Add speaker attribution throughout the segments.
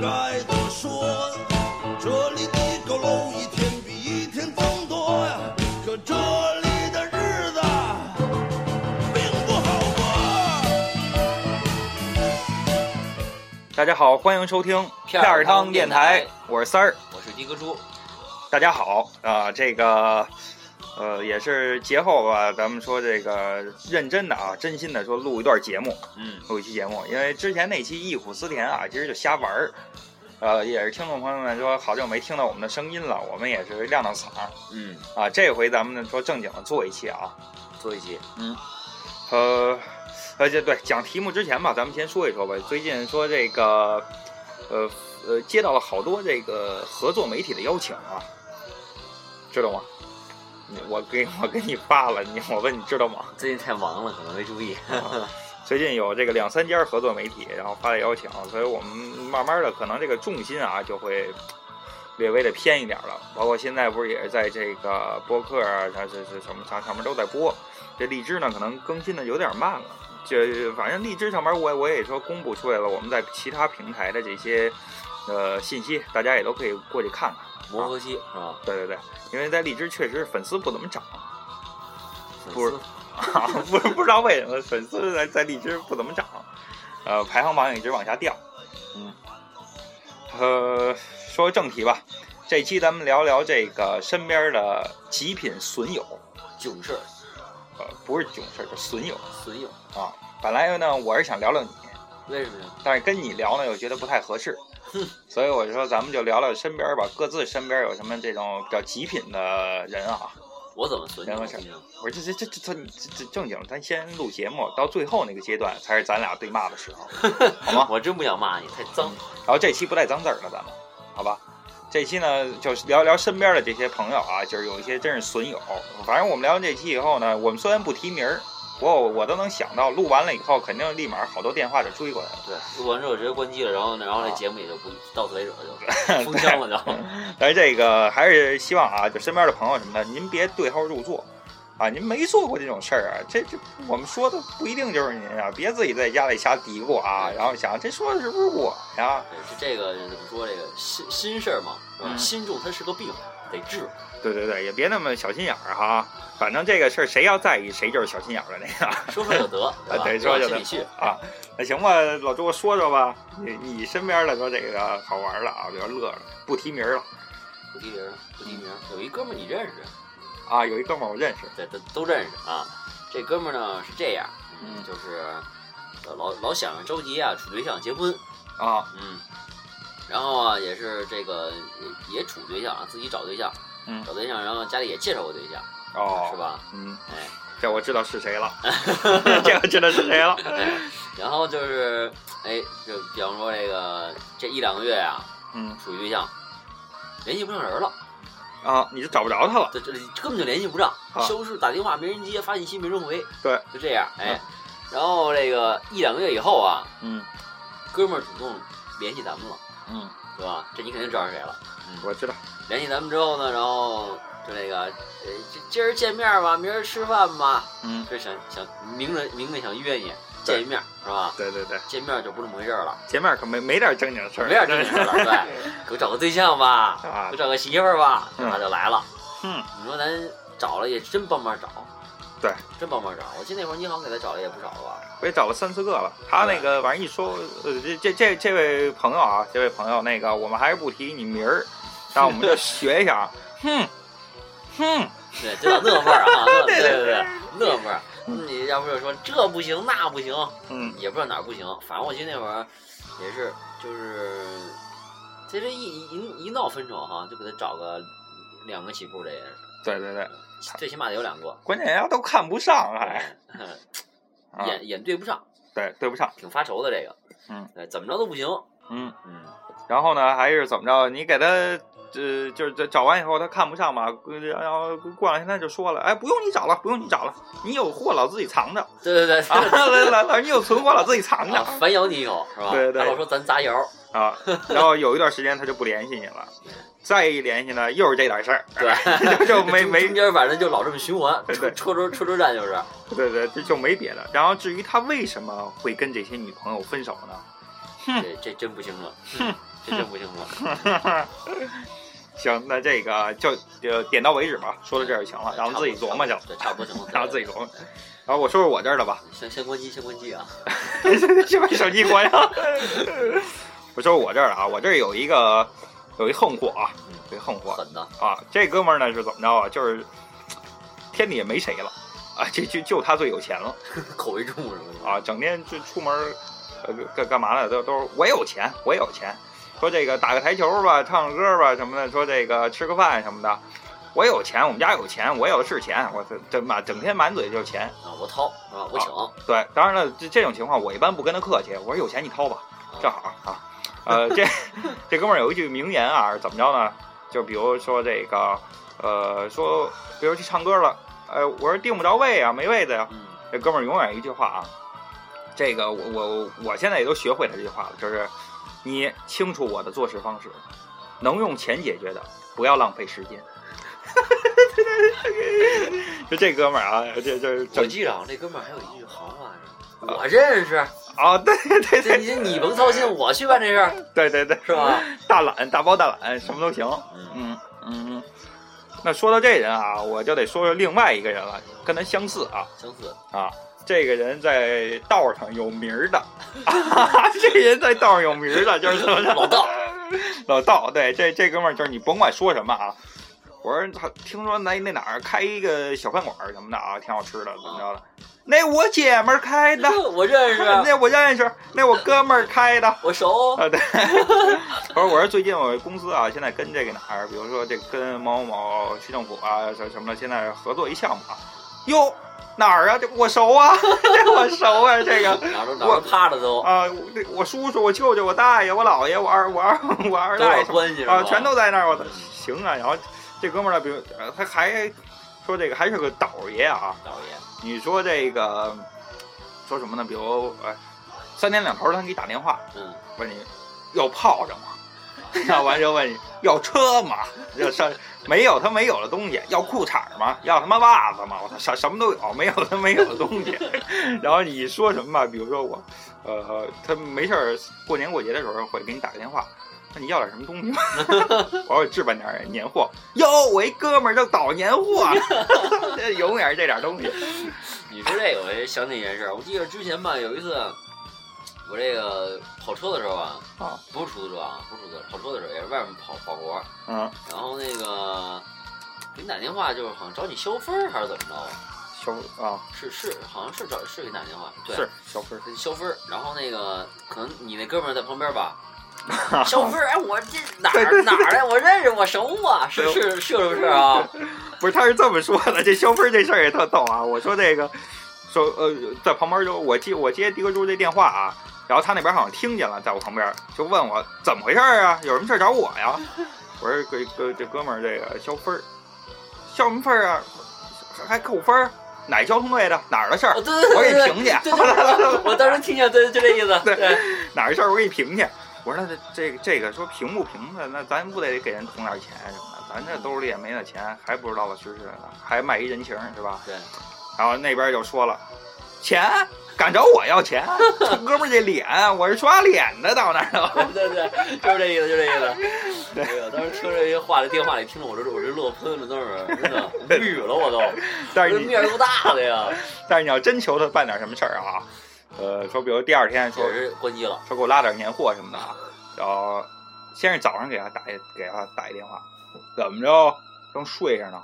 Speaker 1: 该的说，这里的佝偻一天比一天增多呀，可这里的日子并不好过。
Speaker 2: 大家好，欢迎收听
Speaker 3: 片儿汤
Speaker 2: 电
Speaker 3: 电
Speaker 2: 台
Speaker 3: 台，
Speaker 2: 我是三儿。
Speaker 3: 我是迪哥猪，
Speaker 2: 大家好啊、这个呃也是节后吧，咱们说这个认真的啊，真心的说录一段节目，
Speaker 3: 嗯，
Speaker 2: 录一期节目，因为之前那期忆苦思甜啊，其实就瞎玩儿。呃，也是听众朋友们说好久没听到我们的声音了，我们也是亮亮嗓儿
Speaker 3: 嗯，
Speaker 2: 啊。这回咱们呢说正经的做一期啊，
Speaker 3: 做一期，嗯，
Speaker 2: 呃，而且对讲题目之前吧，咱们先说一说吧。最近说这个，呃呃，接到了好多这个合作媒体的邀请啊，知道吗？你我给我给你发了，你我问你知道吗？
Speaker 3: 最近太忙了，可能没 注意，
Speaker 2: 啊最近有这个两三家合作媒体，然后发来邀请，所以我们慢慢的可能这个重心啊就会略微的偏一点了。包括现在不是也是在这个播客啊，它是是什么啥上面都在播，这荔枝呢可能更新的有点慢了。就反正荔枝上面我我也说公布出来了，我们在其他平台的这些呃信息，大家也都可以过去看看。
Speaker 3: 磨合期是吧？
Speaker 2: 对对对，因为在荔枝确实粉丝不怎么涨。
Speaker 3: 粉丝
Speaker 2: 不是 啊，不是不知道为什么粉丝在在荔枝不怎么涨，呃，排行榜也一直往下掉。
Speaker 3: 嗯，
Speaker 2: 呃，说正题吧，这期咱们聊聊这个身边的极品损友，
Speaker 3: 囧事儿，
Speaker 2: 呃，不是囧事儿，就损友
Speaker 3: 损友，
Speaker 2: 啊。本来呢，我是想聊聊你，
Speaker 3: 为什么呀？
Speaker 2: 但是跟你聊呢又觉得不太合适， 所以我就说咱们就聊聊身边吧，各自身边有什么这种比较极品的人啊。
Speaker 3: 我怎么损你？
Speaker 2: 没
Speaker 3: 我
Speaker 2: 事
Speaker 3: 听听
Speaker 2: 我说这这这这这这正经，咱先录节目，到最后那个阶段才是咱俩对骂的时候。
Speaker 3: 我真不想骂你，太脏。
Speaker 2: 然后这期不带脏字儿了，咱们好吧？这期呢，就是聊一聊身边的这些朋友啊，就是有一些真是损友。啊反正我们聊完这期以后呢，我们虽然不提名儿，不过我都能想到，录完了以后肯定立马好多电话就追过来了。
Speaker 3: 对，录完之后直接关机了，然后呢，然后
Speaker 2: 啊
Speaker 3: 这节目也就不到此为止了， 就封箱了， 就
Speaker 2: 但是这个还是希望啊，就身边的朋友什么的，您别对号入座啊，您没做过这种事儿啊，这这我们说的不一定就是您啊，别自己在家里瞎嘀咕啊，然后想这说的是不是我呀？
Speaker 3: 对就这个怎么说？这个心心事儿嘛，是吧？
Speaker 2: 嗯
Speaker 3: 心重它是个病，得治。
Speaker 2: 对对对，也别那么小心眼儿哈。反正这个事儿谁要在意，谁就是小心眼儿的那个
Speaker 3: 说说就 啊得，对吧？
Speaker 2: 对说就得
Speaker 3: 往心里去。
Speaker 2: 啊。那行吧，老周说说吧，你你身边的说这个好玩儿了啊，比较乐了，不提名儿了
Speaker 3: 不提名，不提名。有一哥们儿你认识，
Speaker 2: 啊。有一哥们儿我认识，
Speaker 3: 对，都都认识啊。这哥们儿呢是这样，
Speaker 2: 嗯
Speaker 3: 就是呃老老想着着急啊，处对象结婚，
Speaker 2: 啊，
Speaker 3: 嗯，然后啊也是这个也也处对象，啊，自己找对象，
Speaker 2: 嗯
Speaker 3: 找对象，然后家里也介绍过对象，
Speaker 2: 哦，
Speaker 3: 是？吧？
Speaker 2: 嗯，
Speaker 3: 哎，
Speaker 2: 这我知道是谁 了，这我知道是谁了。
Speaker 3: 哎然后就是哎，就比方说这个这一两个月啊，
Speaker 2: 嗯
Speaker 3: 处对象。联系不上人了，
Speaker 2: 啊，你就找不着他了。
Speaker 3: 这这根本就联系不上
Speaker 2: 啊，
Speaker 3: 消失，打电话没人接，发信息没人回，
Speaker 2: 对，
Speaker 3: 就这样，哎，然后这个一两个月以后啊，
Speaker 2: 嗯
Speaker 3: 哥们儿主动联系咱们了，
Speaker 2: 嗯，
Speaker 3: 对吧？这你肯定知道是谁了。
Speaker 2: 我知道。
Speaker 3: 联系咱们之后呢，然后就那个，呃，这今儿见面吧，明儿吃饭吧，
Speaker 2: 嗯，
Speaker 3: 这想想明着明着想约你见一面，是吧？
Speaker 2: 对对对，
Speaker 3: 见面就不是那么回事儿了，
Speaker 2: 前面可没没点正经事儿，
Speaker 3: 没点正经事儿了，对，给我找个对象吧，
Speaker 2: 啊
Speaker 3: 给我找个媳妇儿吧，对吧？就来了。
Speaker 2: 嗯，
Speaker 3: 你说咱找了也真帮忙找，
Speaker 2: 对，
Speaker 3: 真帮忙找。我记得那会儿你好像给他找了也不少吧？
Speaker 2: 我也找了三四个了。他那个反正一说，呃，这这这这位朋友啊，这位朋友，那个我们还是不提你名儿，但我们就学一 下。哼，哼，
Speaker 3: 对，就想那味儿啊，那
Speaker 2: 对对
Speaker 3: 对对
Speaker 2: 对
Speaker 3: 对，那味儿。你要不就说这不行那不行，
Speaker 2: 嗯
Speaker 3: 也不知道哪儿不行，反正我记得那会儿也是，就是这这一一一闹分手哈，就给他找个两个起步的也是，
Speaker 2: 对对对，
Speaker 3: 最起码得有两个，
Speaker 2: 关键人家都看不上，还、啊，
Speaker 3: 眼眼对不上，
Speaker 2: 对对不上。
Speaker 3: 挺发愁的这个，
Speaker 2: 嗯
Speaker 3: 对，怎么着都不行，
Speaker 2: 嗯，
Speaker 3: 嗯，
Speaker 2: 然后呢，还是怎么着？你给他呃，就是这找完以后他看不上嘛，呃然后过两天他就说了，哎，不用你找了，不用你找了，你有货老自己藏着。
Speaker 3: 对对对，
Speaker 2: 啊，来来来，你有存货了，自己藏着
Speaker 3: 啊反咬你一口是吧？
Speaker 2: 对对
Speaker 3: 他老说咱砸窑，
Speaker 2: 啊。然后有一段时间他就不联系你了，再一联系呢，又是这点事 儿，
Speaker 3: 对，
Speaker 2: 就就没没
Speaker 3: 中间反正就老这么循环，
Speaker 2: 对对
Speaker 3: 戳戳戳戳战就是，
Speaker 2: 对对，这就没别的。然后至于他为什么会跟这些女朋友分手呢？
Speaker 3: 这这真不行了，嗯这真不行了。
Speaker 2: 行，那这个就呃点到为止吧，说到这儿就行了，让我们自己琢磨去了。
Speaker 3: 对，差不多行了。
Speaker 2: 让我自己琢磨。然后我说说我这儿的吧，
Speaker 3: 先先关机，先关机啊！
Speaker 2: 先把手机关上。 我说我这儿的啊，我这儿有一个有一横货啊，有一横货
Speaker 3: 狠的，
Speaker 2: 啊，这哥们儿呢是怎么着啊？就是天底下没谁了啊，就就就他最有钱了
Speaker 3: 口味重什么的
Speaker 2: 啊，整天就出门儿呃干干嘛呢？都都是我有钱，我有钱。说这个打个台球吧，唱个歌吧什么的，说这个吃个饭什么的。我有钱，我们家有钱，我有的是钱，我这这满整天满嘴就是钱。
Speaker 3: 啊！我掏啊，我请，
Speaker 2: 对，当然了，这这种情况我一般不跟他客气，我说有钱你掏吧，正好啊。呃，这这哥们儿有一句名言啊，是怎么着呢？就比如说这个，呃，说比如去唱歌了，呃，我说订不着位啊，没位子呀、
Speaker 3: 嗯，
Speaker 2: 这哥们儿永远一句话啊，这个我我我现在也都学会他这句话了，就是你清楚我的做事方式，能用钱解决的，不要浪费时间。 就这哥们儿啊，这这
Speaker 3: 我
Speaker 2: 这
Speaker 3: 记着啊，那哥们儿还有一句行话呢，我认识，
Speaker 2: 啊，对对对
Speaker 3: 这你你甭 操心，我去办这事儿，
Speaker 2: 对对对，
Speaker 3: 是吧？
Speaker 2: 大懒大包大懒，什么都行。
Speaker 3: 嗯，
Speaker 2: 嗯嗯，嗯，那说到这人啊，我就得说说另外一个人了，跟他相似啊
Speaker 3: 相似，
Speaker 2: 啊，这个人在道上有名儿的， 啊、这人在道上有名儿的，就是怎么着
Speaker 3: 老道，
Speaker 2: 老道，对，这这哥们儿就是你甭管说什么啊。我说他听说那那哪儿开一个小饭馆儿什么的啊，挺好吃的，怎么着的？那我姐们儿开的，
Speaker 3: 我认识，
Speaker 2: 那我认识，那我哥们儿开的，
Speaker 3: 我熟，
Speaker 2: 啊，对。我说，我说最近我公司啊，现在跟这个哪儿，比如说这跟某某区政府啊，什什么的，现在合作一项目啊。哟，哪儿啊？这我熟啊，这我熟啊，这个
Speaker 3: 哪儿都哪儿都趴着都，
Speaker 2: 啊，我这我叔叔、我舅舅、我大爷、我姥爷、我二我二我二
Speaker 3: 都
Speaker 2: 大爷
Speaker 3: 有
Speaker 2: 什么
Speaker 3: 关系是吧？
Speaker 2: 啊，全都在那儿。我操，行啊。然后这哥们儿呢，比如呃他还说这个还是个倒爷啊。
Speaker 3: 导演，
Speaker 2: 你说这个说什么呢？比如哎，三天两头儿他给你打电话，
Speaker 3: 嗯，
Speaker 2: 问你要炮仗吗？要完就问你要车吗？要上没有他没有的东西，要裤衩吗？要他妈袜子吗？我操，什什么都有，没有他没有的东西。然后你说什么吧？比如说我，呃，他没事儿，过年过节的时候会给你打个电话。那你要点什么东西吗？我说置办点儿年货。哟，我一哥们儿就倒年货， 这永远是这点东西。
Speaker 3: 你说这个我就想起一件事儿，我记得之前吧，有一次我这个跑车的时候啊，
Speaker 2: 啊
Speaker 3: 不是出租车啊，不是出租车，跑车的时候也是外面跑跑活儿，
Speaker 2: 嗯，
Speaker 3: 然后那个给你打电话，就是好像找你消分儿还是怎么着啊？
Speaker 2: 小啊
Speaker 3: 是是，好像是找是给你打电话，对，
Speaker 2: 是小 分儿
Speaker 3: 消分儿。然后那个可能你那哥们儿在旁边吧，
Speaker 2: 啊
Speaker 3: 消分儿，哎，我这哪
Speaker 2: 对
Speaker 3: 儿哪儿的，啊我认识，我熟啊，是
Speaker 2: 对
Speaker 3: 是是不是啊？
Speaker 2: 不是，他是这么说的，这消分这事儿也特逗啊。我说这个，说呃，在旁边就我接我接迪哥猪这电话啊，然后他那边好像听见了，在我旁边就问我怎么回事儿啊，有什么事儿找我呀？我说哥哥这哥们儿这个消分儿，消什么分儿啊？还还扣分儿？哪交通队的？哪儿的事儿
Speaker 3: 哦，？对对对，
Speaker 2: 我给
Speaker 3: 对
Speaker 2: 评去
Speaker 3: 对对对，对我当时听见，对，就这意思，
Speaker 2: 对
Speaker 3: 对，
Speaker 2: 哪儿的事儿？我给你评去。我说那这这个、这个说评不评的，那咱不得给人捅点钱什么的？咱这兜里也没那钱，还不知道老实实的呢，还卖一人情儿是吧？
Speaker 3: 对，
Speaker 2: 然后那边就说了，钱敢找我要钱，哥们儿这脸我是刷脸的，到那儿了。
Speaker 3: 对对，对，就是这意思，就这意思。哎呦，当时听这些话，这电话里听着我这我这乐喷了，当时真 的无语了，我都，
Speaker 2: 但
Speaker 3: 这
Speaker 2: 是你
Speaker 3: 面儿够大的呀，
Speaker 2: 但是你要真求他办点什么事儿啊，呃，说比如第二天说
Speaker 3: 也是关机了，
Speaker 2: 说给我拉点年货什么的啊，然后先是早上给他打一给他打一电话，怎么着正睡着呢，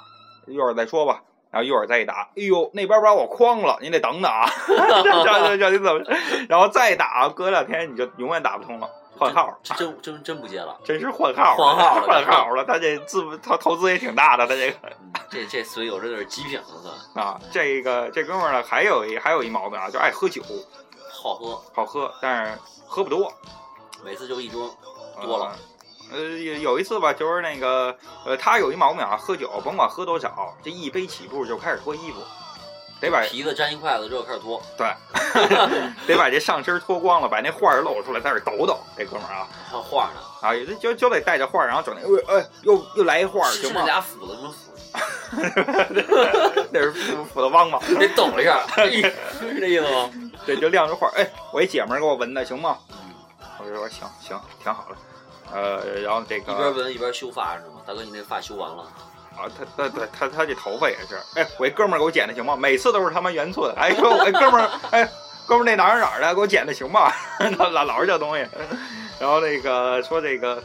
Speaker 2: 一会儿再说吧。然后一会儿再一打，哎呦，那边把我诓了，您得等等啊，这这这你怎么？然后再打，隔两天你就永远打不通了，换号了。
Speaker 3: 这真真真不接了。
Speaker 2: 真是换号
Speaker 3: 换号了
Speaker 2: 换号了。他这资他投资也挺大的，他这个
Speaker 3: 嗯这这损友这有点极品了，算
Speaker 2: 啊，这个这哥们儿呢，还有一还有一毛病啊，就爱喝酒，
Speaker 3: 好喝，
Speaker 2: 好喝，但是喝不多，
Speaker 3: 每次就一桌。
Speaker 2: 呃
Speaker 3: 多了。
Speaker 2: 呃，有有一次吧，就是那个，呃，他有一毛病啊，喝酒甭管喝多少，这一杯起步就开始脱衣服，得把
Speaker 3: 皮子沾一筷子之后开始脱，
Speaker 2: 得把这上身脱光了，把那画儿露出来，在那儿抖抖。这哥们儿啊
Speaker 3: 还有画呢，
Speaker 2: 啊，也就就就得带着画儿，然后整那，呃，呃又又来一画儿，
Speaker 3: 是
Speaker 2: 行
Speaker 3: 那
Speaker 2: 吗？
Speaker 3: 俩斧子什么斧子，
Speaker 2: 那是斧斧的汪嘛。
Speaker 3: 得抖 一 下，哎是这意思吗？嗯
Speaker 2: 对，就晾着会儿。哎，我一姐们儿给我纹的，行吗？我就说行行挺好了，呃，然后这
Speaker 3: 一边
Speaker 2: 个
Speaker 3: 纹一边修发是吗？大哥，你那发修完了？
Speaker 2: 啊，他他他他他这头发也是，哎，我一哥们儿给我剪的行吗？每次都是他妈圆寸，哎说，哎哥们儿，哎哥们儿那哪儿哪儿的给我剪的行吗？ 老老老是这东西，然后那个说这个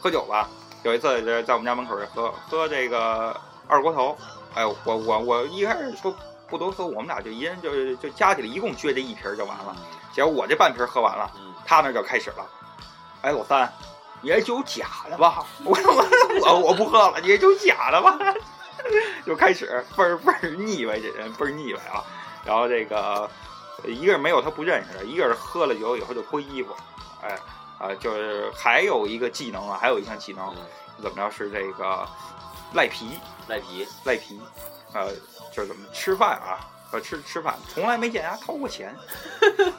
Speaker 2: 喝酒吧，有一次就是在我们家门口儿喝喝这个二锅头，哎，我我我一开始说不多喝，我们俩就一人就就加起来一共撅这一瓶儿就完了，结果我这半瓶儿喝完了。
Speaker 3: 嗯，
Speaker 2: 他那就开始了。哎，老三，你这酒假的吧？我我我我不喝了，你这酒假的吧？ 就开始倍儿倍儿腻歪，这人倍儿腻歪啊。然后这个呃一个是没有他不认识的，一个是喝了酒以后就脱衣服，哎啊、就是还有一个技能啊，还有一项技能
Speaker 3: 嗯
Speaker 2: 怎么着是这个赖皮
Speaker 3: 赖皮，
Speaker 2: 赖皮，呃，就是怎么吃饭啊，呃吃吃饭从来没见他掏过钱。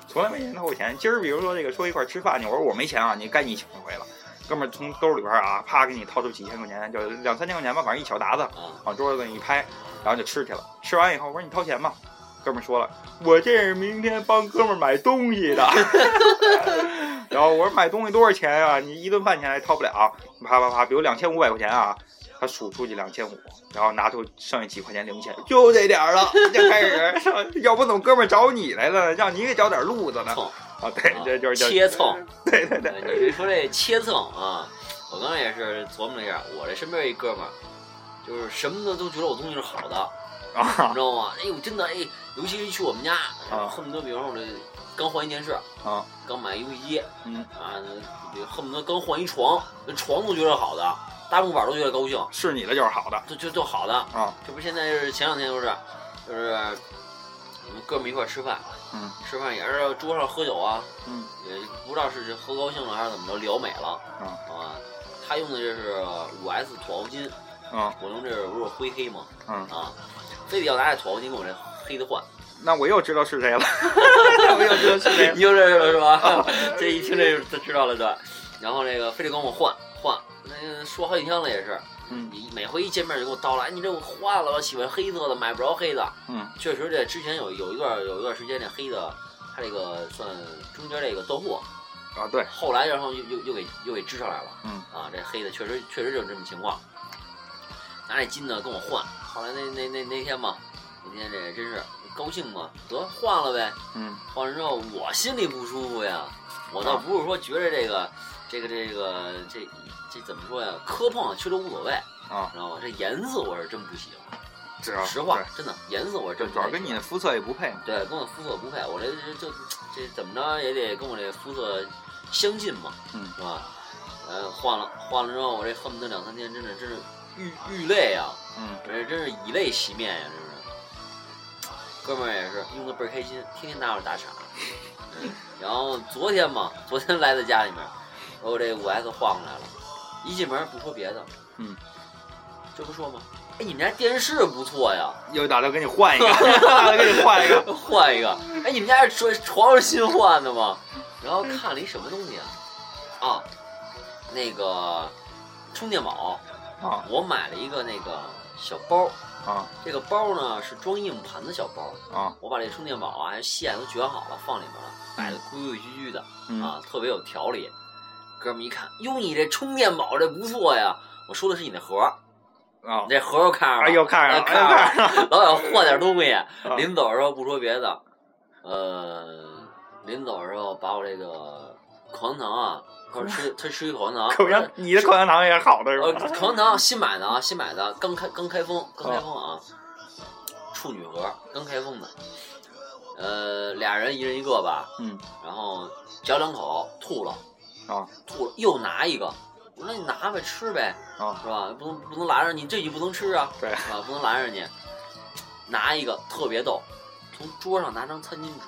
Speaker 2: 从来没钱掏过钱。今儿比如说这个说一块儿吃饭去，我说我没钱啊，你该你请一回了。哥们儿从兜里边儿啊，啪给你掏出几千块钱，就两三千块钱吧，反正一小沓子，
Speaker 3: 啊，
Speaker 2: 往桌子上一拍，然后就吃去了。吃完以后，我说你掏钱吧。哥们儿说了，我这是明天帮哥们儿买东西的。 然后我说买东西多少钱啊？你一顿饭钱还掏不了，啪啪啪，比如两千五百块钱啊。他数出去两千五，然后拿出剩下几块钱零钱，就这点儿了，就开始上，要不怎么哥们儿找你来了呢？让你给找点路子呢？
Speaker 3: 蹭，
Speaker 2: 啊，对，这就是叫
Speaker 3: 切蹭。
Speaker 2: 对对对，
Speaker 3: 哎你这说这切蹭啊，我刚才也是琢磨了一下，我这身边一哥们儿，就是什么的都觉得我东西是好的，你
Speaker 2: 啊
Speaker 3: 知道吗？哎呦，真的哎，尤其是去我们家，
Speaker 2: 啊
Speaker 3: 恨不得比方说我这刚换一电视，
Speaker 2: 啊，
Speaker 3: 刚买一游戏机，
Speaker 2: 嗯
Speaker 3: 啊，那恨不得刚换一床，那床都觉得好的，大木板都觉得高兴，
Speaker 2: 是你的就是好的
Speaker 3: 就就就好的
Speaker 2: 啊。
Speaker 3: 这不现在就是前两天就是，就是呃我们哥们一块儿吃饭，
Speaker 2: 嗯，
Speaker 3: 吃饭也是桌上喝酒啊，
Speaker 2: 嗯，
Speaker 3: 也不知道是喝高兴了还是怎么着，聊美了，
Speaker 2: 嗯
Speaker 3: 啊，他用的这是五 S 土豪金，
Speaker 2: 嗯
Speaker 3: 我用这是不是灰黑嘛，
Speaker 2: 嗯，
Speaker 3: 啊，非得要拿这土豪金跟我这黑的换，
Speaker 2: 那我又知道是谁了， 我又知道是谁了。
Speaker 3: 你就认识了是吧？ 这一听这就知道了对，然后那个非得跟我换换，那个说好几天了也是，
Speaker 2: 嗯
Speaker 3: 你每回一见面就给我叨了，哎，你这我换了，我喜欢黑色的，买不着黑的。
Speaker 2: 嗯
Speaker 3: 确实，这之前有有一段有一段时间，这黑的它这个算中间这个断货，
Speaker 2: 啊，对，
Speaker 3: 后来然后又又又给又给支上来了。
Speaker 2: 嗯
Speaker 3: 啊，这黑的确实确实就是这么情况。拿这金呢跟我换，后来那那那那天嘛，那天这真是高兴嘛，得换了呗。
Speaker 2: 嗯
Speaker 3: 换完之后我心里不舒服呀，我倒不是说觉着这个这个这个这这怎么说呀，磕碰其实都无所谓，
Speaker 2: 啊，
Speaker 3: 知道吗？这颜色我是真不喜欢，
Speaker 2: 知道
Speaker 3: 实话
Speaker 2: 对
Speaker 3: 真的颜色我是真
Speaker 2: 这主
Speaker 3: 不太
Speaker 2: 要
Speaker 3: 喜欢
Speaker 2: 跟你的肤色也不配嘛。
Speaker 3: 对，跟我肤色不配，我这就就这怎么着也得跟我这肤色相近嘛，
Speaker 2: 嗯
Speaker 3: 是吧？呃，换了换了之后，我这恨不得两三天，真的真是欲欲泪啊，
Speaker 2: 嗯
Speaker 3: 我这真是以泪洗面呀、真是。哥们儿也是用的倍儿开心，天天拿我打赏。嗯然后昨天嘛，昨天来到家里面，把我这五 S 换过来了，一进门不说别的，
Speaker 2: 嗯，
Speaker 3: 这不说吗？哎，你们家电视不错呀，
Speaker 2: 又打算给你换一个， 打算给你换一个。
Speaker 3: 换一个。哎，你们家床床是新换的吗？然后看了一什么东西啊？啊，那个充电宝，
Speaker 2: 啊
Speaker 3: 我买了一个那个小包，
Speaker 2: 啊
Speaker 3: 这个包呢是装硬盘的小包，
Speaker 2: 啊！
Speaker 3: 我把这充电宝啊还有线都卷好了放里面了，摆的规规矩矩的
Speaker 2: 嗯
Speaker 3: 啊，特别有条理。哥们一看，哟，你这充电宝这不错呀！我说的是你那盒儿，
Speaker 2: 啊
Speaker 3: 你，这盒儿我看上了，
Speaker 2: 哎呦，看上了，
Speaker 3: 哎看上了
Speaker 2: 哎，看上了。啊
Speaker 3: 老想换 点东西。临走的时候不说别的，呃，临走的时候把我这个口香糖啊，他吃他吃一口香糖，
Speaker 2: 口香，你的口香糖也是好的是
Speaker 3: 呃
Speaker 2: 吧？
Speaker 3: 口香糖新买的啊，新买的，刚开刚开封，刚开封啊，处女盒刚开封的，呃，俩人一人一个吧，
Speaker 2: 嗯
Speaker 3: 然后嚼两口吐了，
Speaker 2: 啊
Speaker 3: 吐了又拿一个，我说那你拿呗吃呗，
Speaker 2: 啊
Speaker 3: 是吧？不能不能拦着你，这你不能吃啊，
Speaker 2: 对
Speaker 3: 啊，不能拦着你。拿一个特别逗，从桌上拿张餐巾纸，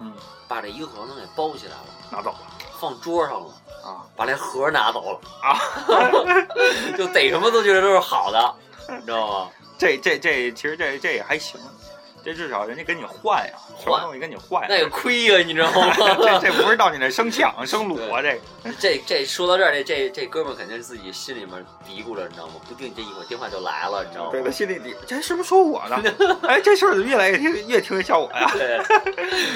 Speaker 2: 嗯，
Speaker 3: 把这一个口香糖给包起来了，
Speaker 2: 拿走了
Speaker 3: 放桌上了，
Speaker 2: 啊
Speaker 3: 把这盒儿拿走了，
Speaker 2: 啊！
Speaker 3: 就 逮什么都觉得都是好的，你知道吗？
Speaker 2: 这这这，其实这这也还行，这至少人家跟你换呀，什么东西跟你换呀？
Speaker 3: 那也亏呀、你知道吗？
Speaker 2: 这这不是到你那生抢生掳啊，这个
Speaker 3: 这这说到这儿，这这这哥们儿肯定是自己心里面嘀咕着，你知道吗？不定这一会儿电话就来了，你知道
Speaker 2: 对
Speaker 3: 吗？
Speaker 2: 他心里底，这是不是说我呢？哎，这事儿怎么越来越听越听越像我呀？
Speaker 3: 对，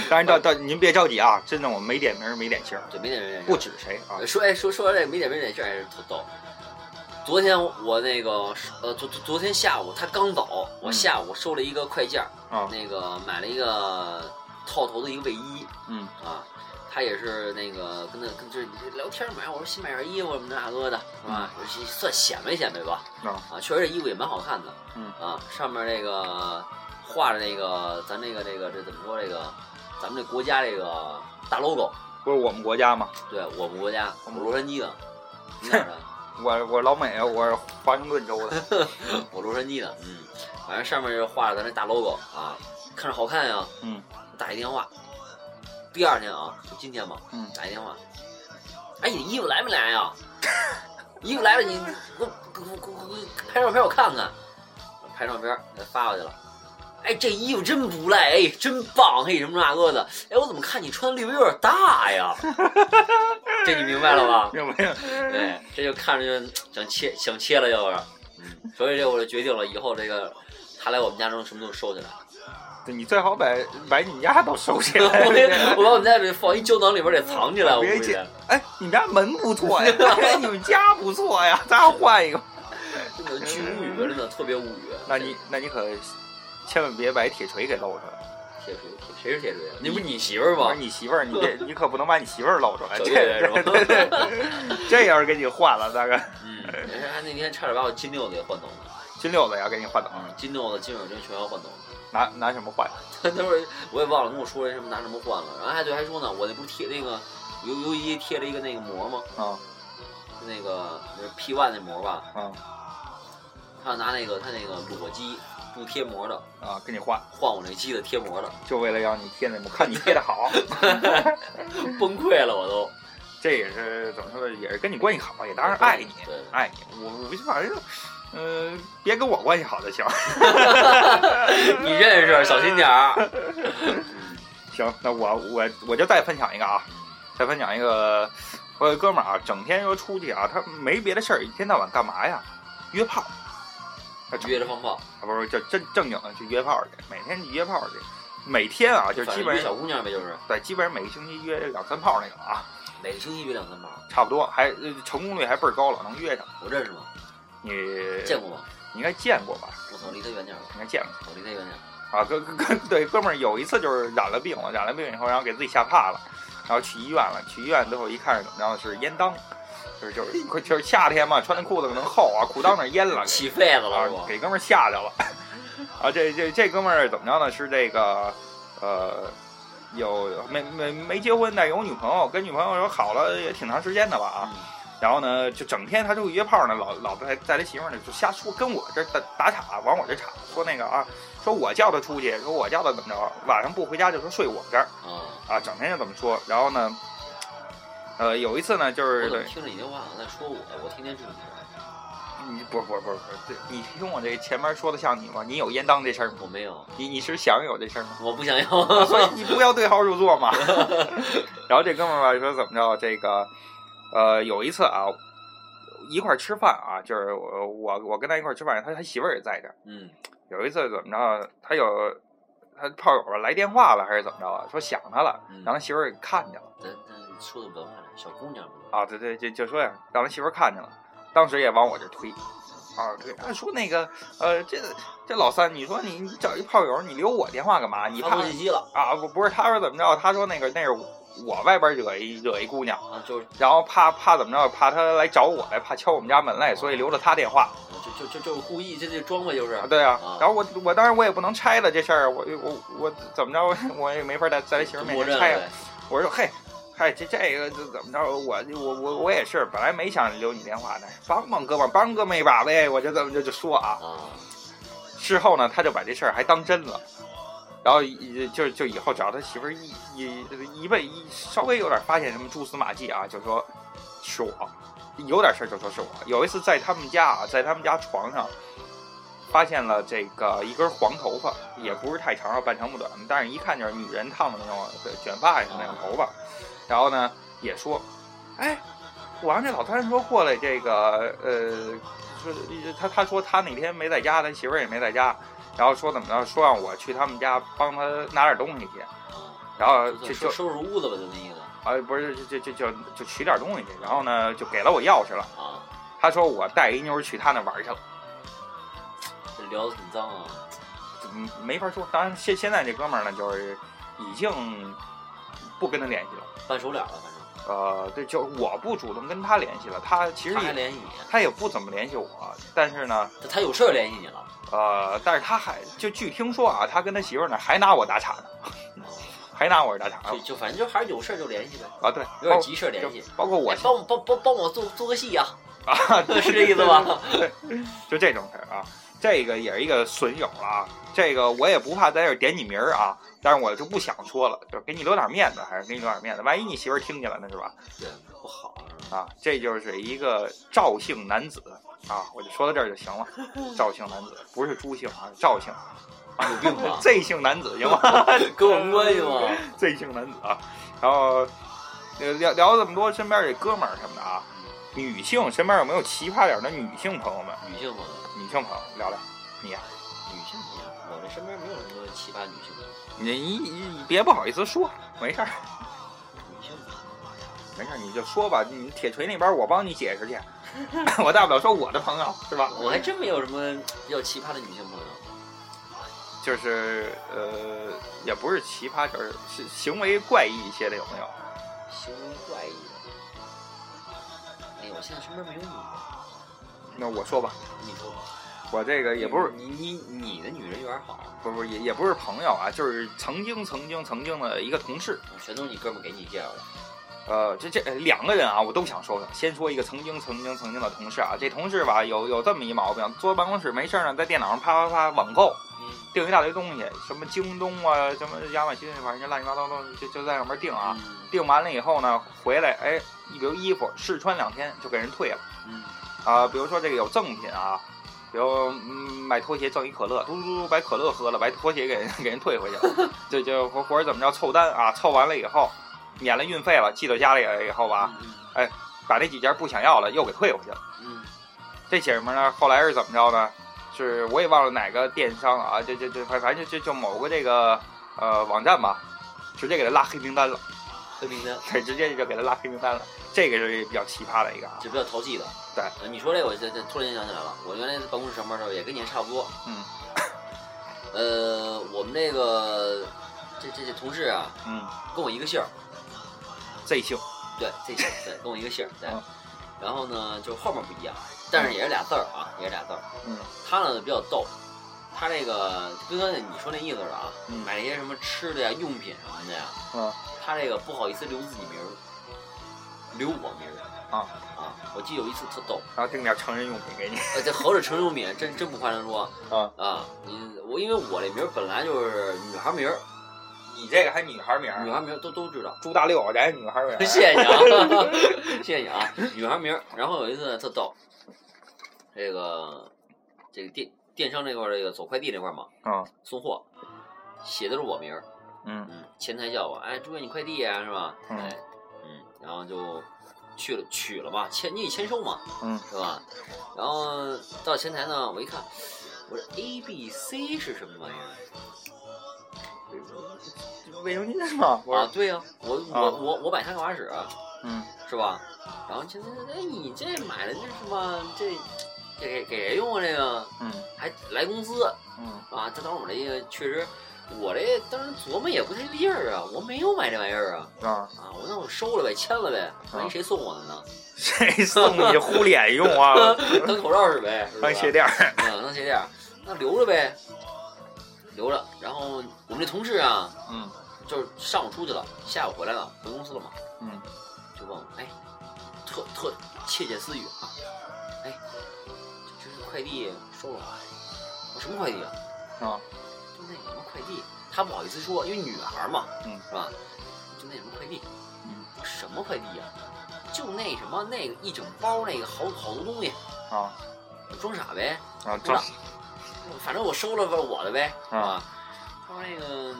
Speaker 2: 当然，到到您别着急啊，真的我没点名儿没点姓儿，
Speaker 3: 这没点没点事
Speaker 2: 不
Speaker 3: 儿。
Speaker 2: 指谁啊。
Speaker 3: 说哎，说说到这个没点没点事儿，还是特逗。昨天我那个呃，昨昨昨天下午他刚走，我
Speaker 2: 嗯
Speaker 3: 下午收了一个快件儿，
Speaker 2: 啊，
Speaker 3: 那个买了一个套头的一个卫衣
Speaker 2: 嗯
Speaker 3: 啊，他也是那个跟他跟就是聊天嘛，哎我说新买件衣服什么这那个的，是吧？我说算显摆显摆吧，
Speaker 2: 啊
Speaker 3: 啊，确实这衣服也蛮好看的，
Speaker 2: 嗯
Speaker 3: 啊，上面这个画着这个咱这个这个这怎么说这个咱们这国家这个大 logo，
Speaker 2: 不是我们国家吗？
Speaker 3: 对我们国家，我们洛杉矶的，你哪儿的？
Speaker 2: 我我老美，啊我是华盛顿州 的。
Speaker 3: 我洛杉矶的，嗯，反正上面就画着咱这大 logo 啊，看着好看呀、
Speaker 2: 嗯
Speaker 3: 打一电话。第二天啊，就今天吧，
Speaker 2: 嗯
Speaker 3: 打一电话，哎，你的衣服来没来呀、衣服来了，你给我给我给我给我拍照片我看看，拍照片给他发过去了。哎，这衣服真不赖，哎，真棒，嘿，什么那个的，哎，我怎么看你穿的略微有点大呀？这你明白了吧？
Speaker 2: 有没有？
Speaker 3: 对，这就看着就想切想切了，就是，嗯，所以这我就决定了，以后这个他来我们家之后什么都收起来。
Speaker 2: 你最好把把你们家都收起
Speaker 3: 我
Speaker 2: 来。
Speaker 3: 我把我们家这放一胶囊里边给藏起来，我
Speaker 2: 别
Speaker 3: 估计
Speaker 2: 介。哎，你们家门不错呀，哎，你们家不错呀，咱换一个。
Speaker 3: 真的巨无语，真的特别无语。
Speaker 2: 那你那你可千万别把铁锤给露出来。
Speaker 3: 铁锤，铁谁是铁锤啊？你不你媳妇儿
Speaker 2: 我说
Speaker 3: 吗？
Speaker 2: 你媳妇儿，你别你可不能把你媳妇儿露出来。
Speaker 3: 小
Speaker 2: 这
Speaker 3: 月月是吧
Speaker 2: 对对对这要是给你换了，大概
Speaker 3: 嗯，没事，他那天差点把我金六子给换走了。嗯
Speaker 2: 金六子也要给你换走，
Speaker 3: 金六子、金手针全要换走了。
Speaker 2: 拿拿什么换？
Speaker 3: 他那会儿我也忘了跟我说什么拿什么换了，然后还对还说呢，我那不是贴那个游游一贴了一个那个膜吗？
Speaker 2: 啊
Speaker 3: 那个那 P one 那膜吧，
Speaker 2: 啊
Speaker 3: 他要拿那个他那个裸机不贴膜的
Speaker 2: 啊，给你换，
Speaker 3: 换我那机子贴膜的，
Speaker 2: 就为了让你贴那，我看你贴的好。
Speaker 3: 崩溃了我都。
Speaker 2: 这也是怎么说呢？也是跟你关系好，也当然爱你
Speaker 3: 对，
Speaker 2: 爱你。我我就反正，呃，别跟我关系好就行。
Speaker 3: 你认识，小心点儿。
Speaker 2: 行，那我我我就再分享一个啊，再分享一个，我有一哥们儿啊，整天说出去啊，他没别的事儿，一天到晚干嘛呀？约炮，他整
Speaker 3: 约着放炮，
Speaker 2: 啊不是就正正经的去约炮去，每天去约炮去，每天啊 就
Speaker 3: 反
Speaker 2: 基
Speaker 3: 正
Speaker 2: 本
Speaker 3: 约
Speaker 2: 上
Speaker 3: 小姑娘呗，就是
Speaker 2: 对，基本上每个星期约两三炮那种啊，
Speaker 3: 每个星期约两三炮。
Speaker 2: 差不多，还呃成功率还倍儿高了，能约上。
Speaker 3: 我认识吗？
Speaker 2: 你
Speaker 3: 见过吗？
Speaker 2: 你应该见过吧？
Speaker 3: 我操，离他远点儿吧，
Speaker 2: 应该见过。
Speaker 3: 我离他远点儿。
Speaker 2: 啊，哥哥哥，对，哥们儿有一次就是染了病了，染了病以后，然后给自己吓怕了，然后去医院了，去医院最后一看是怎么着，是烟裆，就是就是快就是夏天嘛，穿的裤子可能厚啊，裤裆那儿淹了，
Speaker 3: 起痱子
Speaker 2: 啊
Speaker 3: 了是吧？
Speaker 2: 给哥们儿吓着了， 啊，这这这哥们儿怎么着呢？是这个呃。有没没没结婚但有女朋友，跟女朋友说好了也挺长时间的吧
Speaker 3: 嗯
Speaker 2: 啊，然后呢就整天他就约炮呢，老老在在他媳妇儿那就瞎说，跟我这打打岔，往我这岔，说那个啊，说我叫他出去，说我叫他怎么着，晚上不回家就说睡我这儿
Speaker 3: 啊，
Speaker 2: 啊，整天就怎么说。然后呢，呃，有一次呢，就
Speaker 3: 啊我
Speaker 2: 是
Speaker 3: 怎么听着你这话好像在说我？我天天这么说，
Speaker 2: 你不不不不，这你听我这前面说的像你吗？你有烟当这事儿吗？
Speaker 3: 我没有，
Speaker 2: 你你是想有这事儿 吗？
Speaker 3: 我 不想要。
Speaker 2: 所以你不要对号入座嘛。然后这哥们儿吧说怎么着，这个呃有一次啊，一块儿吃饭啊，就是我我我跟他一块儿吃饭，他他媳妇儿也在这儿。
Speaker 3: 嗯
Speaker 2: 有一次怎么着，他有他炮友吧来电话了还是怎么着啊？说想他了，
Speaker 3: 嗯，
Speaker 2: 让他媳妇儿给看见了
Speaker 3: 咱咱说的文化点，小姑娘嘛，
Speaker 2: 啊！对对，就就说呀，让他媳妇儿看见了，当时也往我这推。啊，对，他说那个，呃，这这老三，你说你你找一炮友，你留我电话干嘛？你
Speaker 3: 发
Speaker 2: 怕
Speaker 3: 错信息了
Speaker 2: 啊，不不是，他说怎么着？他说那个那是我外边惹一惹一姑娘，
Speaker 3: 啊，就是
Speaker 2: 然后怕怕怎么着？怕她来找我来，怕敲我们家门来，所以留了她电话。
Speaker 3: 就就就就是故意，这这装呗，就是
Speaker 2: 啊，对啊
Speaker 3: 啊。
Speaker 2: 然后我我当然我也不能拆了这事儿，我我我怎么着？ 我也没法在在她媳妇
Speaker 3: 就
Speaker 2: 面
Speaker 3: 默
Speaker 2: 前
Speaker 3: 认了
Speaker 2: 拆啊。
Speaker 3: 呗。
Speaker 2: 我说嘿。嗨，这这个这怎么着？我我我我也是，本来没想留你电话的，帮帮哥们儿，帮哥们一把呗。我就这么就就说啊，
Speaker 3: 啊，
Speaker 2: 事后呢，他就把这事儿还当真了，然后以就就以后只要他媳妇儿一一一问一稍微有点发现什么蛛丝马迹啊，就说是我，有点事儿就说是我。有一次在他们家啊，在他们家床上发现了这个一根黄头发，也不是太长，然后半长不短，但是一看就是女人烫的那种呃卷发什么那种头发。然后呢，也说，哎，我让这老三说过来，这个呃，说他他说他哪天没在家，他媳妇儿也没在家，然后说怎么着，说让我去他们家帮他拿点东西去，然后
Speaker 3: 啊就
Speaker 2: 啊就
Speaker 3: 收
Speaker 2: 就
Speaker 3: 收拾屋子吧，就那意思
Speaker 2: 啊不是就就就就就取点东西去，然后呢就给了我钥匙了，
Speaker 3: 啊。
Speaker 2: 他说我带一妞儿去他那玩儿去了。
Speaker 3: 这聊的挺脏啊，
Speaker 2: 嗯，没法说。当然，现现在这哥们儿呢，就是已经不跟他联系了。
Speaker 3: 半熟脸了，反正
Speaker 2: 呃，对，就我不主动跟他联系了，他其实
Speaker 3: 他还
Speaker 2: 也
Speaker 3: 联系你，
Speaker 2: 他也不怎么联系我，但是呢，
Speaker 3: 他有事儿联系你了，
Speaker 2: 呃，但是他还就据听说啊，他跟他媳妇儿呢还拿我打岔呢， 还拿我打岔
Speaker 3: 就就反正就哦还是有事儿就联系呗，
Speaker 2: 啊，对，
Speaker 3: 有点急事儿联
Speaker 2: 包
Speaker 3: 系。
Speaker 2: 包括我
Speaker 3: 哎帮我帮帮帮我做做个戏呀、
Speaker 2: 啊，对
Speaker 3: 是这意思吧？
Speaker 2: 就这种事儿啊，这个也是一个损友了啊。这个我也不怕在这儿点你名儿啊，但是我就不想说了，就是给你留点面子，还是给你留点面子。万一你媳妇儿听见了呢，是吧？
Speaker 3: 对，不好啊。
Speaker 2: 啊，这就是一个赵姓男子啊，我就说到这儿就行了。赵姓男子不是朱姓啊，赵姓？
Speaker 3: 啊有病吧
Speaker 2: Z 姓男子行吗
Speaker 3: 跟我没关系吗？
Speaker 2: ？Z 姓男子啊，然后呃聊聊这么多身边这哥们儿什么的啊，女性身边有没有奇葩点儿的女性朋友们？
Speaker 3: 女性朋友，
Speaker 2: 女性朋友聊聊，你呀、
Speaker 3: 女性朋友，我这身边没有什么奇葩女性朋友。
Speaker 2: 你你你别不好意思说，没事儿
Speaker 3: 女性朋友，
Speaker 2: 没事儿，你就说吧。你铁锤那边儿我帮你解释 去，我大不了说我的朋友是吧？
Speaker 3: 我还真没有什么比较奇葩的女性朋友。
Speaker 2: 就是呃，也不是奇葩，就是是行为怪异一些的有没有？
Speaker 3: 行为怪异的，哎呦，我现在身边没有女的，
Speaker 2: 那我说吧，
Speaker 3: 你说吧
Speaker 2: 我这个也不是
Speaker 3: 你你你的女人缘好，啊
Speaker 2: 不是不是也也不是朋友啊，就是曾经曾经曾经的一个同事，
Speaker 3: 全都是你哥们儿给你介绍的。
Speaker 2: 呃，这这呃两个人啊，我都想说说。先说一个曾经曾经曾经的同事啊，这同事吧有有这么一毛病，坐办公室没事儿呢，在电脑上啪啪啪网购。
Speaker 3: 嗯
Speaker 2: 订一大堆东西，什么京东啊，什么亚马逊，反正乱七八糟东西就就在上面订啊。
Speaker 3: 嗯
Speaker 2: 订完了以后呢，回来哎，比如衣服试穿两天就给人退了
Speaker 3: 嗯，
Speaker 2: 啊、比如说这个有赠品啊，比如、嗯、买拖鞋赠一可乐，嘟嘟嘟把可乐喝了，把拖鞋给人 给人退回去了，就就或或者怎么着凑单啊，凑完了以后免了运费了，寄到家里以后吧，
Speaker 3: 嗯
Speaker 2: 把这几件不想要了又给退回去了。
Speaker 3: 嗯
Speaker 2: 这姐们儿呢，后来是怎么着呢？是我也忘了哪个电商啊，这这这反反正就就就某个这个呃网站吧，直接给他拉黑名单了，
Speaker 3: 嗯，黑名单
Speaker 2: 对，直接就给他拉黑名单了。这个是比较奇葩的一个啊，
Speaker 3: 就比较淘气的。呃
Speaker 2: 对，
Speaker 3: 你说这我这这突然间想起来了，我原来在办公室上班的时候也跟你差不多。
Speaker 2: 嗯
Speaker 3: 呃，我们这个这这这同事啊，
Speaker 2: 嗯
Speaker 3: 跟我一个姓儿，
Speaker 2: ，Z 姓，
Speaker 3: 对，这姓儿对，跟我一个姓儿，对
Speaker 2: 嗯。
Speaker 3: 然后呢，就后面不一样，但是也是俩字儿啊，也是俩字儿。
Speaker 2: 嗯
Speaker 3: 他呢比较逗，他这个就跟刚才你说那意思似的啊，
Speaker 2: 嗯
Speaker 3: 买一些什么吃的呀、用品什么的呀，
Speaker 2: 嗯
Speaker 3: 他这个不好意思留自己名儿，留我名儿
Speaker 2: 啊
Speaker 3: 啊！我记得有一次特逗，
Speaker 2: 然后订点成人用品给你，
Speaker 3: 呃，这合着成人用品，真真不夸张说
Speaker 2: 啊
Speaker 3: 啊，你我因为我这名儿本来就是女孩名儿，
Speaker 2: 你这个还女孩名儿
Speaker 3: 女孩名儿都都知道。
Speaker 2: 朱大六，咱女孩名儿
Speaker 3: 谢谢你啊，谢谢你啊，女孩名儿。然后有一次呢特逗，这个这个电电商这块儿这个走快递这块儿嘛，
Speaker 2: 嗯
Speaker 3: 送货写的是我名儿，
Speaker 2: 嗯
Speaker 3: 嗯，前台叫我，哎，朱月你快递呀、是吧？
Speaker 2: 嗯
Speaker 3: 哎，嗯，然后就去了取了嘛，签你得签收嘛，
Speaker 2: 嗯
Speaker 3: 是吧？然后到前台呢，我一看，我这 A B C 是什么玩意儿
Speaker 2: 卫生巾吗？不
Speaker 3: 啊
Speaker 2: 是，？
Speaker 3: 对呀、我
Speaker 2: 啊
Speaker 3: 我我我买它干嘛使啊？
Speaker 2: 嗯
Speaker 3: 是吧？然后前台，哎，你这买的这是吗？这这给给谁用啊？这个
Speaker 2: 嗯
Speaker 3: 还来公司
Speaker 2: 嗯
Speaker 3: 啊？这当时我这个确实，我这当时琢磨也不太对劲儿啊，我没有买这玩意儿啊。
Speaker 2: 啊，
Speaker 3: 啊，我那我收了呗，签了呗，万一谁送我的呢？
Speaker 2: 谁送你糊脸用 啊？
Speaker 3: 当口罩使呗，是吧
Speaker 2: 当鞋垫儿，
Speaker 3: 啊，当鞋垫儿，那留着呗，留着。然后我们这同事啊，
Speaker 2: 嗯
Speaker 3: 就是上午出去了，下午回来了，回公司了嘛，
Speaker 2: 嗯
Speaker 3: 就问我，哎，特特窃窃私语啊，哎，这这快递收了吗？我什么快递啊？
Speaker 2: 啊，
Speaker 3: 就那什么快递，他不好意思说，因为女孩嘛，
Speaker 2: 嗯
Speaker 3: 是吧？就那什么快递，
Speaker 2: 嗯
Speaker 3: 什么快递呀、就那什么那个一整包那个好好多东西，
Speaker 2: 啊
Speaker 3: 装傻呗，
Speaker 2: 啊，
Speaker 3: 不知
Speaker 2: 这
Speaker 3: 道反正我收了份我的呗，
Speaker 2: 嗯
Speaker 3: 啊。他说那个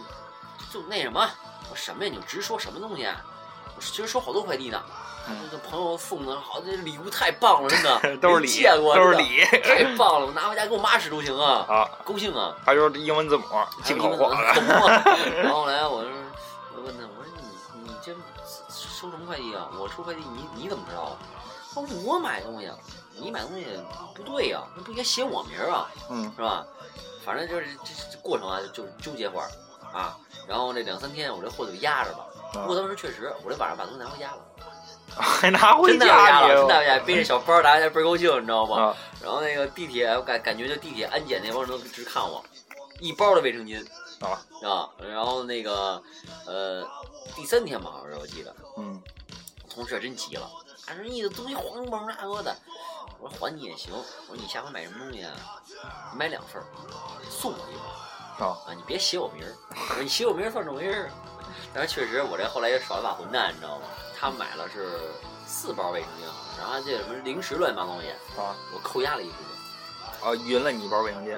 Speaker 3: 就那什么，我说什么呀？你直说什么东西啊？我其实收好多快递呢，
Speaker 2: 嗯
Speaker 3: 这个朋友送的好，这礼物太棒了，真 的
Speaker 2: 都是
Speaker 3: 没
Speaker 2: 礼
Speaker 3: 见，过
Speaker 2: 都是
Speaker 3: 真的
Speaker 2: 礼
Speaker 3: 太棒了，我拿回家给我妈使都行啊，
Speaker 2: 啊！
Speaker 3: 高兴啊。
Speaker 2: 他就是英文字母进口货
Speaker 3: 还有英文 字母啊然后后来我就我问他，我说你你这收什么快递啊？我收快递你你怎么知道啊？他说我买东西，啊你买东西不对呀、那不应该写我名儿啊，
Speaker 2: 嗯
Speaker 3: 是吧？反正就是这这这过程啊，就是纠结会儿啊。然后这两三天我这货就压着吧。不
Speaker 2: 嗯，
Speaker 3: 过当时确实，我这晚上把东西拿回家了，
Speaker 2: 还拿回
Speaker 3: 真拿回家
Speaker 2: 家
Speaker 3: 了，
Speaker 2: 去
Speaker 3: 真拿回家，背着小包拿回家倍儿高兴，你知道吗？
Speaker 2: 啊！
Speaker 3: 然后那个地铁，我感感觉就地铁安检那帮人都直看我，一包的卫生巾
Speaker 2: 啊
Speaker 3: 啊，然后那个呃，第三天吧，好像是我记得，
Speaker 2: 嗯
Speaker 3: 同事真急了，他说你的东西黄不那个的，我说还你也行，我说你下回买什么东西啊，你买两份儿，送我一份儿
Speaker 2: 啊
Speaker 3: 啊，你别写我名儿， 我说你写我名儿算什么玩意儿？啊但是确实，我这后来也耍了把混蛋，你知道吗？他买了是四包卫生巾，啊然后这什么零食乱七八糟东西，
Speaker 2: 啊
Speaker 3: 我扣押了一部分。呃
Speaker 2: 啊！匀了你一包卫生巾，
Speaker 3: 云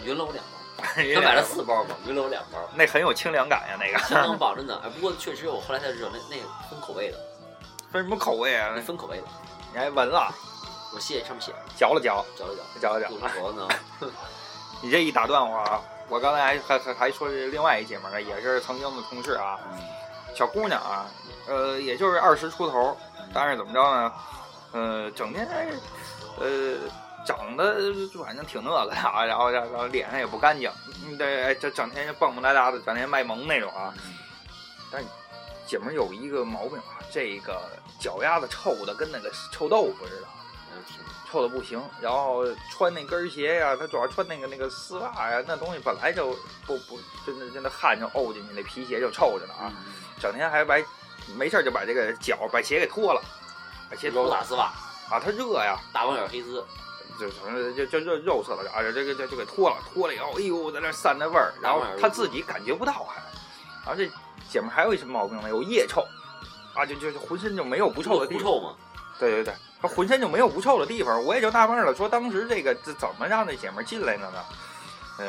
Speaker 3: 云云了我两包，
Speaker 2: 他
Speaker 3: 他买了，四包嘛，云了我两 包，
Speaker 2: 那很有清凉感呀，那个
Speaker 3: 相当棒，真的。哎，不过确实我后来才知道那那个分口味的，
Speaker 2: 分什么口味啊
Speaker 3: 那？分口味的，
Speaker 2: 你还闻了，
Speaker 3: 我写上面写着，
Speaker 2: 嚼了嚼，
Speaker 3: 嚼了嚼，
Speaker 2: 嚼了嚼
Speaker 3: 肚。子 头呢，
Speaker 2: 你这一打断我啊，我刚才还还还还说是另外一姐们儿呢，也是曾经的同事啊，小姑娘啊，呃，也就是二十出头，但是怎么着呢？呃，整天呃长得就反正挺那个的啊，然后然后脸上也不干净，嗯对，这整天蹦蹦哒哒的，整天卖萌那种啊。
Speaker 3: 嗯
Speaker 2: 姐们儿有一个毛病啊，这个脚丫子臭的跟那个臭豆腐似的。
Speaker 3: 嗯，挺
Speaker 2: 臭的不行，然后穿那跟鞋呀、他主要穿那个那个丝袜呀、那东西本来就不不，真的真的汗就沤进去，那皮鞋就臭着呢
Speaker 3: 嗯
Speaker 2: 啊，整天还把没事儿就把这个脚把鞋给脱了，把鞋
Speaker 3: 这
Speaker 2: 脱
Speaker 3: 肉
Speaker 2: 了
Speaker 3: 打丝袜，
Speaker 2: 啊，他热呀，
Speaker 3: 大网眼黑丝，
Speaker 2: 就就就就肉色了啊，这个就就给脱了，脱了以后，哎呦，在那散着味儿，然后他自己感觉不到还，然后这姐们儿还有一什么毛病呢？有腋臭，啊，就就就浑身就没有不
Speaker 3: 不
Speaker 2: 臭的地
Speaker 3: 不
Speaker 2: 方。
Speaker 3: 臭嘛，
Speaker 2: 对对对，他浑身就没有不臭的地方，我也就纳闷了，说当时这个这怎么让这姐们儿进来的呢？呃，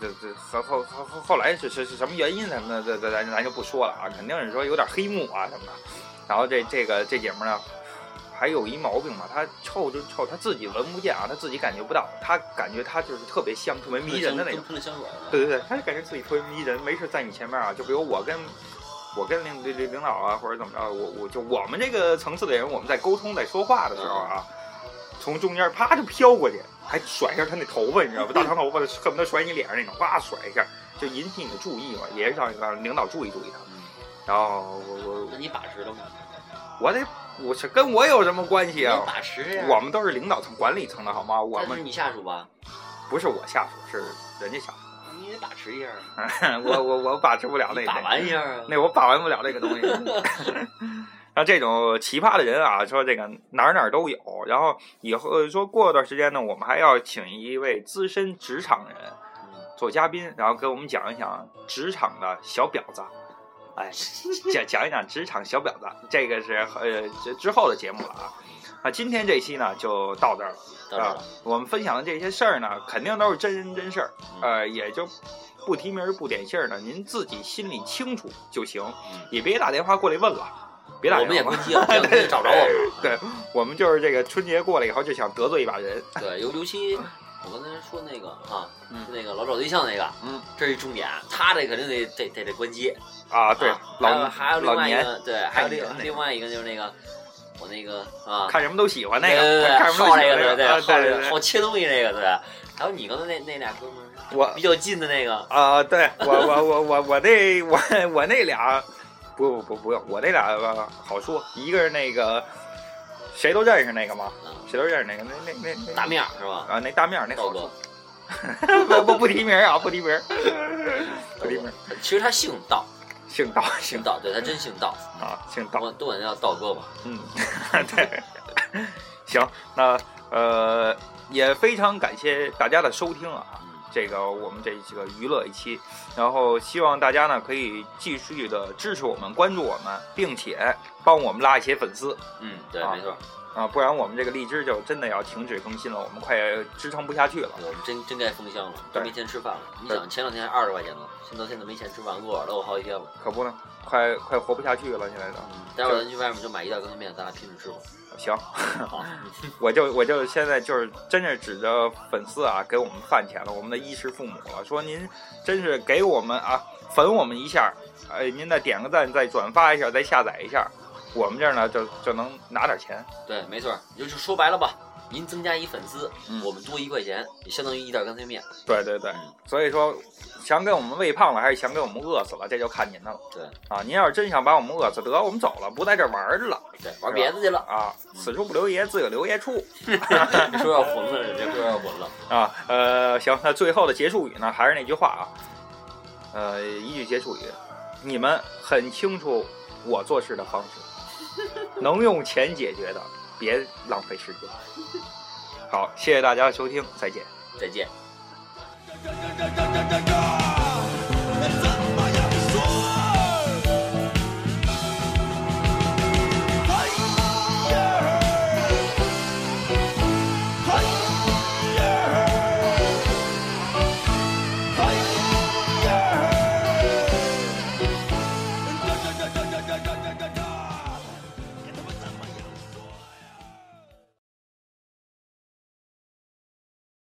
Speaker 2: 这这这后后后后后来是是是什么原因什么的，这这咱咱就不说了啊，肯定是说有点黑幕啊什么的。然后这这个这姐们儿呢，还有一毛病嘛，她臭就臭，她自己闻不见啊，她自己感觉不到，她感觉她就是特别香、特别迷人的那种。
Speaker 3: 喷了香水儿嘛，啊
Speaker 2: 对对对，他就感觉自己特别迷人，没事在你前面啊，就比如我跟我跟领领领导啊，或者怎么着，我我就我们这个层次的人，我们在沟通在说话的时候啊，从中间啪就飘过去，还甩一下他那头发，你知道吧？大长头发的恨不得甩你脸上那种，哇甩一下，就引起你的注意嘛，也是让让领导注意注意他。
Speaker 3: 嗯，
Speaker 2: 然后我我
Speaker 3: 那你把持了吗？
Speaker 2: 我得我是跟我有什么关系
Speaker 3: 你
Speaker 2: 啊？
Speaker 3: 把持呀，
Speaker 2: 我们都是领导层、管理层的好吗？我
Speaker 3: 但是
Speaker 2: 们
Speaker 3: 你下属吧，
Speaker 2: 不是我下属，是人家下属。
Speaker 3: 你得把持一下儿，
Speaker 2: 我我我把持不啊了那
Speaker 3: 你把
Speaker 2: 那
Speaker 3: 玩一下儿啊，
Speaker 2: 那我把玩不了这个东西。 然后这种奇葩的人啊，说这个哪儿哪儿都有。然后以后呃说过段时间呢，我们还要请一位资深职场人
Speaker 3: 嗯
Speaker 2: 做嘉宾，然后给我们讲一讲职场的小婊子。哎，讲讲一讲职场小婊子，这个是呃之之后的节目了啊。啊，今天这期呢就到这儿了。
Speaker 3: 到这儿了，
Speaker 2: 我们分享的这些事儿呢，肯定都是真人真事儿，呃，也就不提名儿不点姓儿的，您自己心里清楚就行，
Speaker 3: 嗯
Speaker 2: 也别打电话过来问了，别打
Speaker 3: 我们也
Speaker 2: 电
Speaker 3: 不
Speaker 2: 话。
Speaker 3: 接了，这样也找着我们了，
Speaker 2: 对，我们就是这个春节过了以后就想得罪一把人，
Speaker 3: 对，尤尤其我刚才说那个啊，
Speaker 2: 嗯
Speaker 3: 就那个老找对象那个，
Speaker 2: 嗯，
Speaker 3: 这是一重点，他这肯定得得得得关机。
Speaker 2: 啊，对
Speaker 3: 啊，还有
Speaker 2: 老
Speaker 3: 还有另
Speaker 2: 老
Speaker 3: 外一
Speaker 2: 年
Speaker 3: 个，对，
Speaker 2: 还
Speaker 3: 还有
Speaker 2: 有
Speaker 3: 另
Speaker 2: 那个
Speaker 3: 另外一个就是那个我那个啊，
Speaker 2: 看什么都喜欢那
Speaker 3: 对对
Speaker 2: 个，
Speaker 3: 对，
Speaker 2: 看什么
Speaker 3: 好
Speaker 2: 都
Speaker 3: 那
Speaker 2: 喜欢
Speaker 3: 个
Speaker 2: 那
Speaker 3: 呃对
Speaker 2: 啊
Speaker 3: 好
Speaker 2: 对
Speaker 3: 那
Speaker 2: 对啊
Speaker 3: 个好切东西那个对，还有你刚才那那俩哥们儿
Speaker 2: 我
Speaker 3: 比较近的那个，
Speaker 2: 啊，对我我我我我那我我那俩，不不不不用，我那俩吧好说，一个是那个谁都认识那个嘛，
Speaker 3: 嗯，
Speaker 2: 谁都认识那个那那那那
Speaker 3: 大面儿是吧？
Speaker 2: 啊，那大面儿那
Speaker 3: 道
Speaker 2: 好
Speaker 3: 哥
Speaker 2: 说，， 不不不提名儿啊，不提名儿，不提名儿，
Speaker 3: 他其实他姓道，
Speaker 2: 姓道
Speaker 3: 姓
Speaker 2: 姓
Speaker 3: 道，对他真姓道，
Speaker 2: 啊姓道，
Speaker 3: 我都管他叫道哥吧。
Speaker 2: 嗯， 对，行，那呃也非常感谢大家的收听啊。
Speaker 3: 嗯，
Speaker 2: 这个我们这这个娱乐一期，然后希望大家呢可以继续的支持我们、关注我们，并且帮我们拉一些粉丝。
Speaker 3: 嗯，对，
Speaker 2: 啊
Speaker 3: 没错，
Speaker 2: 啊，不然我们这个荔枝就真的要停止更新了，我们快支撑不下去了。
Speaker 3: 我们真真该封箱了，都
Speaker 2: 对
Speaker 3: 没钱吃饭了。你
Speaker 2: 对
Speaker 3: 想前两天二十块钱呢，现到现在没钱吃饭，饿了我好几天了。
Speaker 2: 可不呢，快快活不下去了，现在都。
Speaker 3: 嗯，待会儿咱去外面就买一袋干脆面，咱俩拼着 吃吧。
Speaker 2: 行，啊我就我就现在就是真是指着粉丝啊，给我们饭钱了，我们的衣食父母了，说您真是给我们啊粉我们一下，哎，您再点个赞，再转发一下，再下载一下，我们这儿呢就就能拿点钱。
Speaker 3: 对，没错儿，就是说白了吧，您增加一粉丝，
Speaker 2: 嗯
Speaker 3: 我们多一块钱，也相当于一袋干脆面。
Speaker 2: 对对对，所以说想给我们喂胖了，还是想给我们饿死了，这就看您的了
Speaker 3: 对
Speaker 2: 啊！您要是真想把我们饿死，得我们走了，不在这玩儿了
Speaker 3: 对，玩别的去了。
Speaker 2: 啊！此处不留爷，自有留爷处。
Speaker 3: 你说要混了，你这说要混了。
Speaker 2: 啊，呃，行，那最后的结束语呢，还是那句话啊，呃，一句结束语，你们很清楚我做事的方式，能用钱解决的，别浪费时间。好，谢谢大家的收听，再见。
Speaker 3: 再见。
Speaker 1: 这这这这这这这这，怎么